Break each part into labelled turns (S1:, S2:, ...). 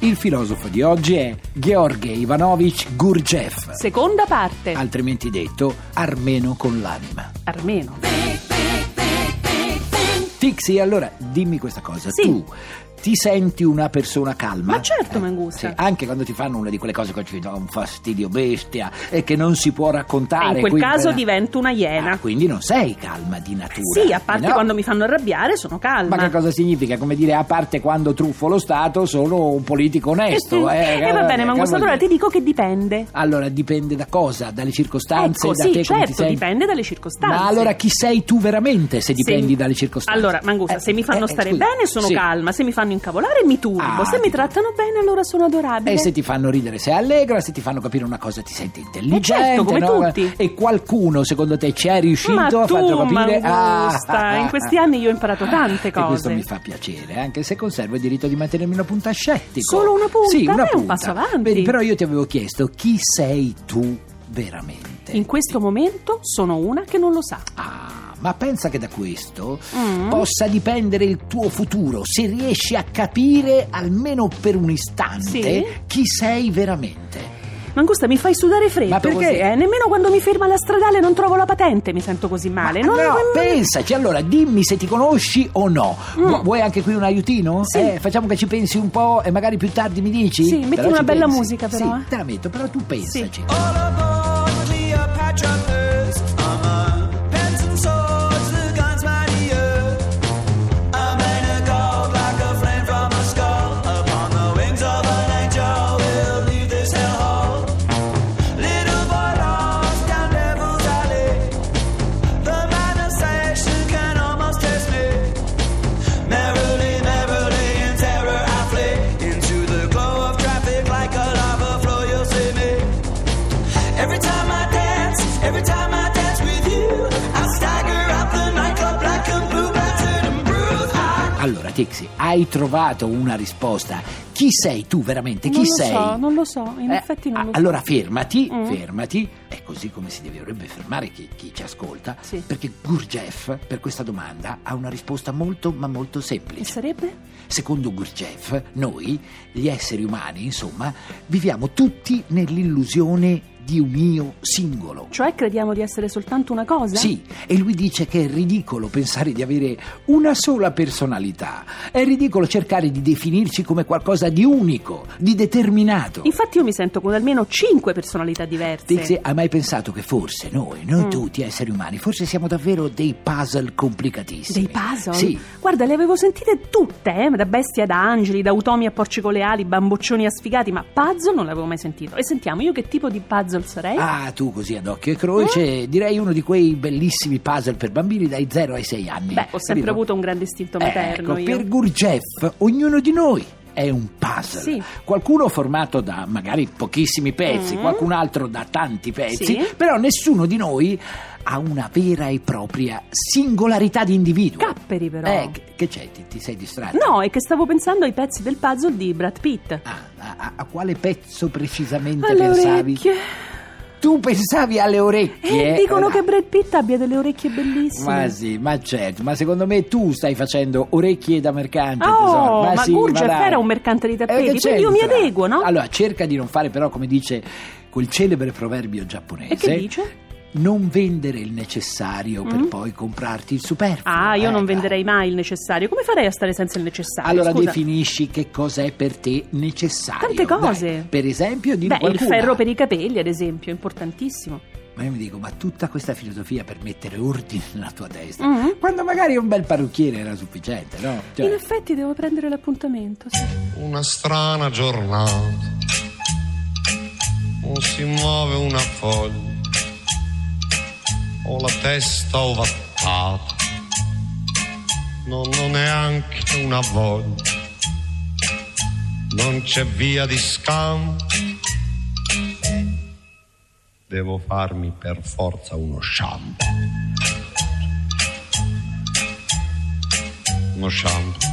S1: Il filosofo di oggi è Georgei Ivanovich Gurdjieff,
S2: Seconda parte,
S1: altrimenti detto armeno con l'anima.
S2: armeno.
S1: Tixi, allora dimmi questa cosa,
S2: Sì.
S1: tu ti senti una persona calma? Eh,
S2: Ma certo, Mangusta.
S1: Sì, anche quando ti fanno una di quelle cose che ci dà un fastidio bestia e che non si può raccontare.
S2: Eh, In quel
S1: quindi-
S2: caso divento una iena.
S1: Ah, quindi non sei calma di natura.
S2: Sì, a parte
S1: no?
S2: quando mi fanno arrabbiare sono calma.
S1: Ma che cosa significa? Come dire, a parte quando truffo lo Stato, sono un politico onesto. eh,
S2: e va
S1: cavolo,
S2: bene, Mangusta,
S1: cavolo.
S2: allora ti dico che dipende.
S1: Allora, dipende da cosa? Dalle circostanze?
S2: Ecco,
S1: da
S2: sì,
S1: te come ti
S2: certo,
S1: senti?
S2: dipende dalle circostanze.
S1: Ma allora chi sei tu veramente se dipendi
S2: Se-
S1: dalle circostanze?
S2: Allora, Mangusta,
S1: Eh,
S2: se mi fanno
S1: eh,
S2: stare
S1: scusa,
S2: bene sono
S1: sì.
S2: calma, se mi fanno incavolare mi turbo,
S1: Ah, Eh,
S2: se mi
S1: ti-
S2: trattano bene allora sono adorabile.
S1: E se ti fanno ridere sei allegra, se ti fanno capire una cosa ti senti intelligente.
S2: Eh certo, come
S1: no?
S2: tutti.
S1: E qualcuno secondo te ci è riuscito
S2: Ma tu,
S1: a farlo capire? Ah,
S2: Mangusta, in questi anni io ho imparato tante
S1: E questo
S2: cose.
S1: mi fa piacere, anche se conservo il diritto di mantenermi una punta scettico.
S2: Solo una punta?
S1: Sì, una
S2: Beh, è un
S1: punta.
S2: passo avanti.
S1: Vedi, però io ti avevo chiesto chi sei tu veramente?
S2: In questo momento sono una che non lo sa.
S1: Ah, ma pensa che da questo
S2: Mm.
S1: possa dipendere il tuo futuro, se riesci a capire almeno per un istante
S2: Sì.
S1: chi sei veramente.
S2: Mangusta, mi fai sudare freddo
S1: Ma perché?
S2: così, eh? Nemmeno quando mi ferma la stradale non trovo la patente, mi sento così male.
S1: Ma
S2: Non-
S1: no,
S2: non-
S1: pensaci, allora dimmi se ti conosci o no.
S2: Mm.
S1: Vu- Vuoi anche qui un aiutino?
S2: Sì.
S1: Eh, facciamo che ci pensi un po' e magari più tardi mi dici?
S2: Sì, metti
S1: Però
S2: una
S1: ci
S2: bella
S1: pensi.
S2: musica, però,
S1: Sì,
S2: eh.
S1: te la metto, però tu pensaci.
S3: All aboard Cleopatra first. Uh-huh. Pants and swords, the guns mightier. A man of gold, like a flame from a skull. Upon the wings of an angel, we'll leave this hellhole. Little boy lost down Devil's Alley. The man of station can almost test me. Merrily, merrily, in terror I flee. Into the glow of traffic, like a lava flow, you'll see me. Every time I dance, every time I dance with you, I stagger out the nightclub black and blue, battered and bruised. I
S1: Allora, Tixi, hai trovato una risposta. Chi sei tu veramente?
S2: non
S1: Chi
S2: lo
S1: sei?
S2: so, non lo so, in
S1: Eh,
S2: effetti non
S1: a-
S2: lo so.
S1: Allora fermati,
S2: Mm.
S1: fermati, è così come si dovrebbe fermare chi, chi ci ascolta,
S2: Sì.
S1: perché Gurdjieff per questa domanda ha una risposta molto ma molto
S2: E
S1: semplice.
S2: sarebbe?
S1: Secondo Gurdjieff, noi, gli esseri umani, insomma, viviamo tutti nell'illusione di un io singolo.
S2: Cioè crediamo di essere soltanto una cosa?
S1: Sì, e lui dice che è ridicolo pensare di avere una sola personalità, è ridicolo cercare di definirci come qualcosa di unico, di determinato.
S2: Infatti io mi sento con almeno cinque personalità diverse.
S1: Tixi, hai mai pensato che forse noi, noi
S2: Mm.
S1: tutti esseri umani, forse siamo davvero dei puzzle complicatissimi?
S2: Dei puzzle?
S1: Sì.
S2: Guarda, le avevo sentite tutte, eh? da bestie ad angeli, da utomi a porci con le ali, bamboccioni a sfigati, ma puzzle non l'avevo mai sentito. E sentiamo, io che tipo di puzzle sarei?
S1: Ah, tu così ad occhio e croce,
S2: Mm.
S1: direi uno di quei bellissimi puzzle per bambini dai 0 ai 6 anni.
S2: Beh, ho sempre
S1: capito?
S2: avuto un grande istinto materno.
S1: Ecco,
S2: io.
S1: per Gurdjieff ognuno di noi è un puzzle.
S2: Sì.
S1: Qualcuno formato da magari pochissimi pezzi,
S2: Mm.
S1: qualcun altro da tanti pezzi,
S2: Sì.
S1: però nessuno di noi ha una vera e propria singolarità di individuo.
S2: Capperi, però.
S1: Eh, che- che c'è? Ti, ti sei distratto?
S2: No, è che stavo pensando ai pezzi del puzzle di Brad Pitt.
S1: Ah, a, a- a quale pezzo precisamente
S2: Alle
S1: pensavi?
S2: orecchie.
S1: Tu pensavi alle orecchie?
S2: Eh, dicono
S1: Eh,
S2: che Brad Pitt abbia delle orecchie bellissime.
S1: Ma sì, ma certo, ma secondo me tu stai facendo orecchie da mercante,
S2: Oh,
S1: tesoro.
S2: ma
S1: sì,
S2: Gurdjieff
S1: dai.
S2: era un mercante di tappeti,
S1: che
S2: quindi io
S1: c'entra?
S2: mi adeguo, no?
S1: Allora, cerca di non fare però come dice quel celebre proverbio giapponese.
S2: E che dice?
S1: Non vendere il necessario per
S2: Mm.
S1: poi comprarti il superfluo.
S2: Ah, io
S1: eh,
S2: non
S1: dai.
S2: venderei mai il necessario. Come farei a stare senza il necessario?
S1: Allora
S2: Scusa.
S1: definisci che cosa è per te necessario.
S2: Tante cose.
S1: Dai, per esempio, di
S2: Beh, il
S1: qualcuna.
S2: ferro per i capelli, ad esempio, è importantissimo.
S1: Ma io mi dico, ma tutta questa filosofia per mettere ordine nella tua testa,
S2: Mm.
S1: quando magari un bel parrucchiere era sufficiente, no? Cioè-
S2: In effetti devo prendere l'appuntamento. sì.
S4: una strana giornata. Non si muove una foglia. Ho la testa ovattata. non ho neanche una voglia. Non c'è via di scampo. Devo farmi per forza uno shampoo. Uno shampoo.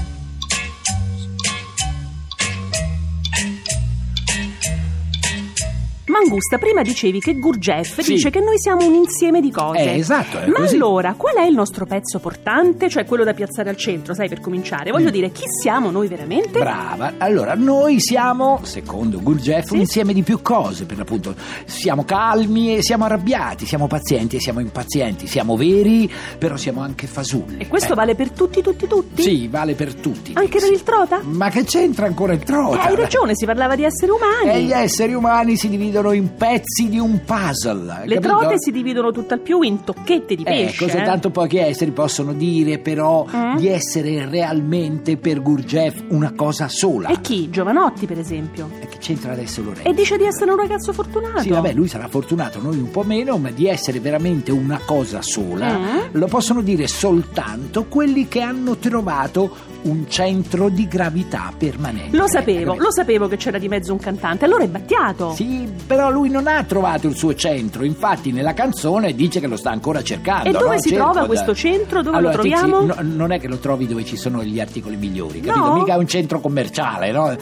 S2: Mangusta, prima dicevi che Gurgef
S1: Sì.
S2: dice che noi siamo un insieme di cose.
S1: Eh, esatto, è
S2: Ma
S1: così.
S2: allora, qual è il nostro pezzo portante, cioè quello da piazzare al centro, sai, per cominciare?
S1: Mm.
S2: Voglio dire, chi siamo noi veramente?
S1: Brava, allora noi siamo, secondo Gurgef,
S2: Sì.
S1: un insieme di più cose per l'appunto. Siamo calmi e siamo arrabbiati, siamo pazienti e siamo impazienti, siamo veri, però siamo anche fasulli.
S2: e questo
S1: Eh,
S2: vale per tutti, tutti, tutti?
S1: Sì, vale per tutti.
S2: Anche per
S1: Sì.
S2: il trota?
S1: Ma che c'entra ancora il
S2: Eh,
S1: trota? Eh,
S2: hai ragione, si parlava di esseri umani.
S1: E gli esseri umani si dividono in pezzi di un puzzle.
S2: Le
S1: capito?
S2: trote si dividono tutt'al più in tocchette di pesce. eh?
S1: Ecco, soltanto pochi esseri possono dire però
S2: Mm?
S1: di essere realmente per Gurgef una cosa sola.
S2: E chi? Giovanotti, per esempio.
S1: E che c'entra adesso Lorenzo?
S2: E dice di essere un ragazzo fortunato.
S1: Sì, vabbè, lui sarà fortunato, noi un po' meno, ma di essere veramente una cosa sola
S2: Eh?
S1: lo possono dire soltanto quelli che hanno trovato un centro di gravità permanente.
S2: Lo sapevo,
S1: Ecco,
S2: lo sapevo che c'era di mezzo un cantante. Allora è Battiato.
S1: Sì, però lui non ha trovato il suo centro, infatti nella canzone dice che lo sta ancora cercando.
S2: E dove
S1: no?
S2: si
S1: Cerco
S2: trova
S1: da-
S2: questo centro? Dove
S1: Allora,
S2: lo
S1: Tizi,
S2: troviamo?
S1: no- non è che lo trovi dove ci sono gli articoli migliori, capito?
S2: No.
S1: Mica è un centro commerciale, no?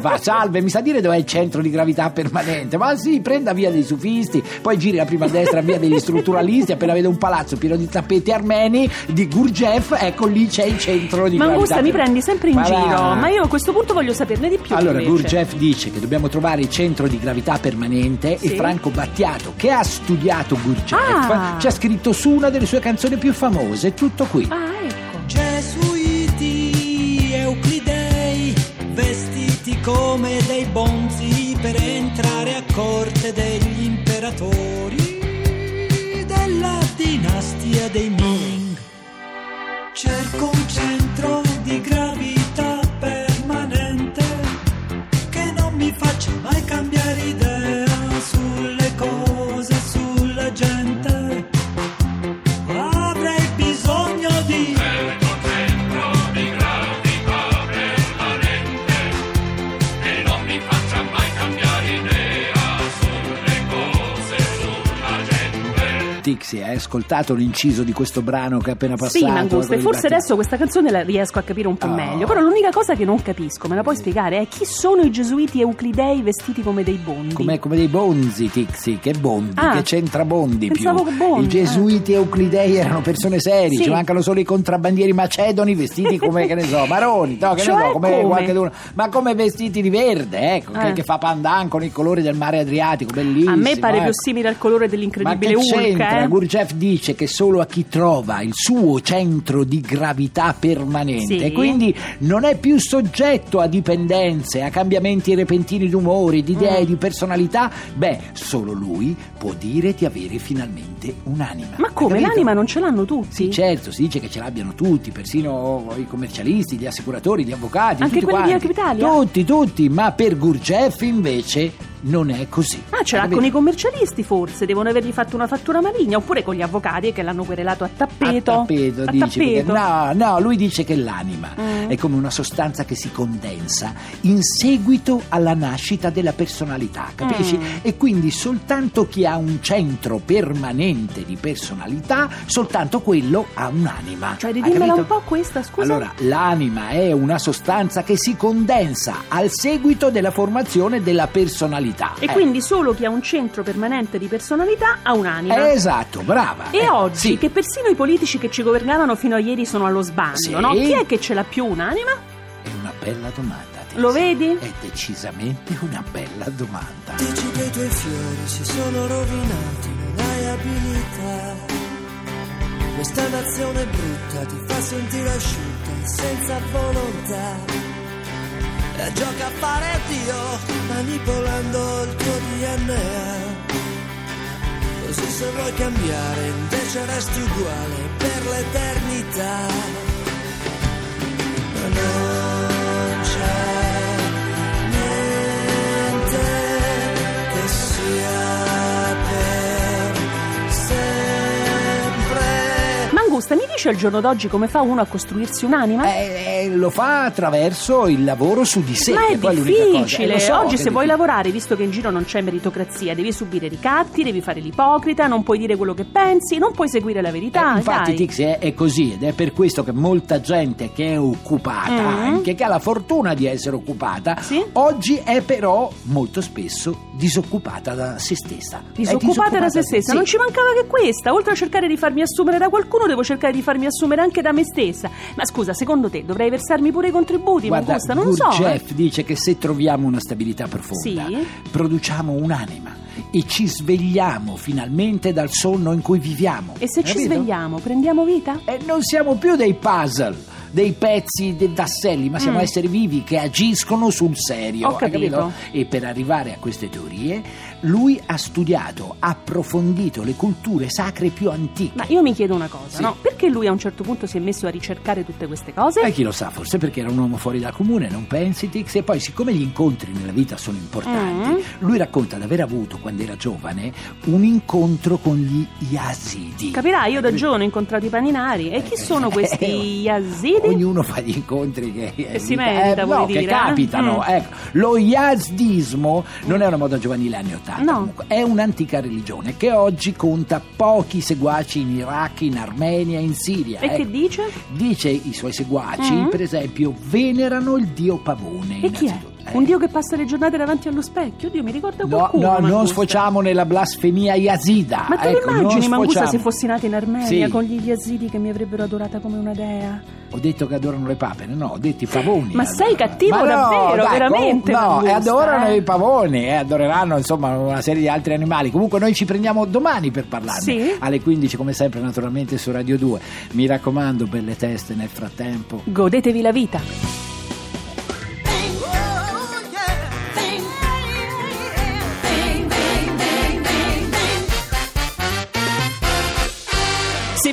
S1: fa, salve, mi sa dire dov'è il centro di gravità permanente? Ma sì, prenda via dei sufisti, poi giri la prima destra via degli strutturalisti, appena vede un palazzo pieno di tappeti armeni, di Gurgef, ecco lì c'è il centro di gravità.
S2: Mangusta mi prendi sempre in
S1: Ma va.
S2: giro, ma io a questo punto voglio saperne di più.
S1: Allora,
S2: invece.
S1: Gurgef dice che dobbiamo trovare il centro di gravità permanente
S2: Sì.
S1: e Franco Battiato, che ha studiato Gurgef,
S2: Ah.
S1: ci ha scritto su una delle sue canzoni più famose, tutto qui.
S2: Ah, ecco.
S5: Gesuiti, euclidei, vestiti come dei bonzi per entrare a corte degli imperatori della dinastia dei Ming. Cerco un centro di gravità permanente che non mi faccia mai cambiare idea sulle cose, sulla gente. Avrei bisogno di...
S1: Tixi, hai ascoltato l'inciso di questo brano che è appena passato? eh,
S2: Sì, Mangusta, e
S1: Quello
S2: forse
S1: di
S2: adesso questa canzone la riesco a capire un po'
S1: Ah.
S2: meglio. Però l'unica cosa che non capisco, me la puoi spiegare, è chi sono i gesuiti euclidei vestiti come dei bondi?
S1: Come, come dei bonzi, Tixi, che bondi,
S2: Ah.
S1: che c'entra bondi
S2: Pensavo
S1: più.
S2: che bondi,
S1: I gesuiti euclidei erano persone serie,
S2: Sì.
S1: ci mancano solo i contrabbandieri macedoni vestiti come, che ne so, maroni, no, che ne
S2: Cioè
S1: so, come,
S2: come?
S1: qualcheduno, ma come vestiti di verde, ecco, che,
S2: Eh.
S1: che fa pandan con il colore del mare Adriatico, bellissimo.
S2: a me pare
S1: ecco.
S2: più simile al colore
S1: Ma
S2: dell'incredibile
S1: che c'entra?
S2: Hulk, eh?
S1: Gurdjieff dice che solo a chi trova il suo centro di gravità permanente,
S2: Sì.
S1: quindi non è più soggetto a dipendenze, a cambiamenti repentini d'umore, di
S2: Mm.
S1: idee, di personalità, beh, solo lui può dire di avere finalmente un'anima.
S2: Ma come?
S1: Capito?
S2: L'anima non ce l'hanno tutti?
S1: Sì, certo, si dice che ce l'abbiano tutti, persino i commercialisti, gli assicuratori, gli avvocati,
S2: Anche
S1: tutti
S2: quelli di
S1: quanti.
S2: Equitalia?
S1: Tutti, tutti, ma per Gurdjieff invece non è così.
S2: Ah, ce l'ha
S1: Capito?
S2: con i commercialisti forse, devono avergli fatto una fattura maligna, oppure con gli avvocati che l'hanno querelato a tappeto.
S1: A tappeto, dici, perché-
S2: tappeto.
S1: no, no, lui dice che l'anima
S2: Mm.
S1: è come una sostanza che si condensa in seguito alla nascita della personalità, capisci?
S2: Mm.
S1: E quindi soltanto chi ha un centro permanente di personalità, soltanto quello ha un'anima.
S2: Cioè,
S1: Hai
S2: ridimmela
S1: capito?
S2: un po' questa, scusa.
S1: Allora, l'anima è una sostanza che si condensa al seguito della formazione della personalità.
S2: E
S1: Eh.
S2: quindi solo chi ha un centro permanente di personalità ha un'anima.
S1: Eh, Esatto, brava.
S2: E
S1: Eh,
S2: oggi,
S1: sì.
S2: che persino i politici che ci governavano fino a ieri sono allo sbando,
S1: Sì.
S2: no? Chi è che ce l'ha più un'anima?
S1: È una bella domanda. Tessa.
S2: Lo vedi?
S1: È decisamente una bella domanda.
S5: Dici che i tuoi fiori si sono rovinati, non hai abilità. Questa nazione brutta ti fa sentire asciutta, senza volontà. E gioca a fare Dio, manipolando il tuo DNA. Così se vuoi cambiare, invece resti uguale per l'eternità. Ma non c'è niente che sia per sempre.
S2: Mangusta, mi capisce al giorno d'oggi come fa uno a costruirsi un'anima?
S1: Eh, eh, lo fa attraverso il lavoro su di sé.
S2: Ma
S1: che
S2: è
S1: poi l'unica cosa. Eh,
S2: difficile.
S1: lo so che
S2: Oggi,
S1: è
S2: se vuoi
S1: difficile.
S2: lavorare, visto che in giro non c'è meritocrazia, devi subire ricatti, devi fare l'ipocrita, non puoi dire quello che pensi, non puoi seguire la verità.
S1: Eh, infatti
S2: dai.
S1: Tix è, è così ed è per questo che molta gente che è occupata,
S2: Mm.
S1: anche che ha la fortuna di essere occupata,
S2: Sì.
S1: oggi è però molto spesso disoccupata da se stessa. È
S2: Disoccupata da se stessa,
S1: Eh, sì.
S2: non ci mancava che questa. Oltre a cercare di farmi assumere da qualcuno, devo cercare di farmi assumere anche da me stessa. Ma scusa, secondo te dovrei versarmi pure i contributi?
S1: Guarda,
S2: ma costa, non lo so. eh.
S1: Gurdjieff dice che se troviamo una stabilità profonda,
S2: Sì.
S1: produciamo un'anima e ci svegliamo finalmente dal sonno in cui viviamo.
S2: E se ci
S1: Capito?
S2: svegliamo, prendiamo vita?
S1: E non siamo più dei puzzle, dei pezzi, dei tasselli, ma siamo
S2: Mm.
S1: esseri vivi che agiscono sul serio.
S2: Ho
S1: hai
S2: capito.
S1: E per arrivare a queste teorie, lui ha studiato, ha approfondito le culture sacre più antiche.
S2: Ma io mi chiedo una cosa,
S1: Sì.
S2: no? Perché lui a un certo punto si è messo a ricercare tutte queste cose?
S1: E chi lo sa, forse perché era un uomo fuori dal comune, non pensi Tix? E poi siccome gli incontri nella vita sono importanti,
S2: Mm.
S1: lui racconta di aver avuto quando era giovane un incontro con gli Yazidi.
S2: Capirai, io da giorno ho incontrato i paninari. E chi sono questi yazidi?
S1: Eh, Ognuno fa gli incontri che,
S2: Che si
S1: evita-
S2: merita,
S1: eh,
S2: vuoi
S1: no,
S2: dire,
S1: che
S2: eh?
S1: capitano.
S2: Mm.
S1: Ecco, lo yazdismo non è una moda giovanile anni 80,
S2: No.
S1: comunque, è un'antica religione che oggi conta pochi seguaci in Iraq, in Armenia, in Siria.
S2: E
S1: ecco.
S2: che dice?
S1: Dice i suoi seguaci,
S2: Mm.
S1: per esempio, venerano il dio Pavone.
S2: E chi è?
S1: innanzitutto. Eh,
S2: Un dio che passa le giornate davanti allo specchio? Dio, mi ricorda
S1: No,
S2: qualcuno.
S1: no, non
S2: Mangusta.
S1: sfociamo nella blasfemia yazida.
S2: Ma te
S1: ecco, non
S2: l'immagini, Mangusta,
S1: sfociamo.
S2: se fossi nata in Armenia
S1: Sì.
S2: con gli yazidi che mi avrebbero adorata come una dea?
S1: Ho detto che adorano le papere, no, ho detto i pavoni.
S2: Ma sei cattivo
S1: Ma no,
S2: davvero,
S1: dai,
S2: veramente,
S1: com- no, e
S2: Mangusta,
S1: adorano
S2: eh.
S1: i pavoni, eh, adoreranno insomma una serie di altri animali. Comunque noi ci prendiamo domani per parlarne.
S2: Sì.
S1: Alle 15 come sempre naturalmente su Radio 2. Mi raccomando, belle teste nel frattempo.
S2: Godetevi la vita. Se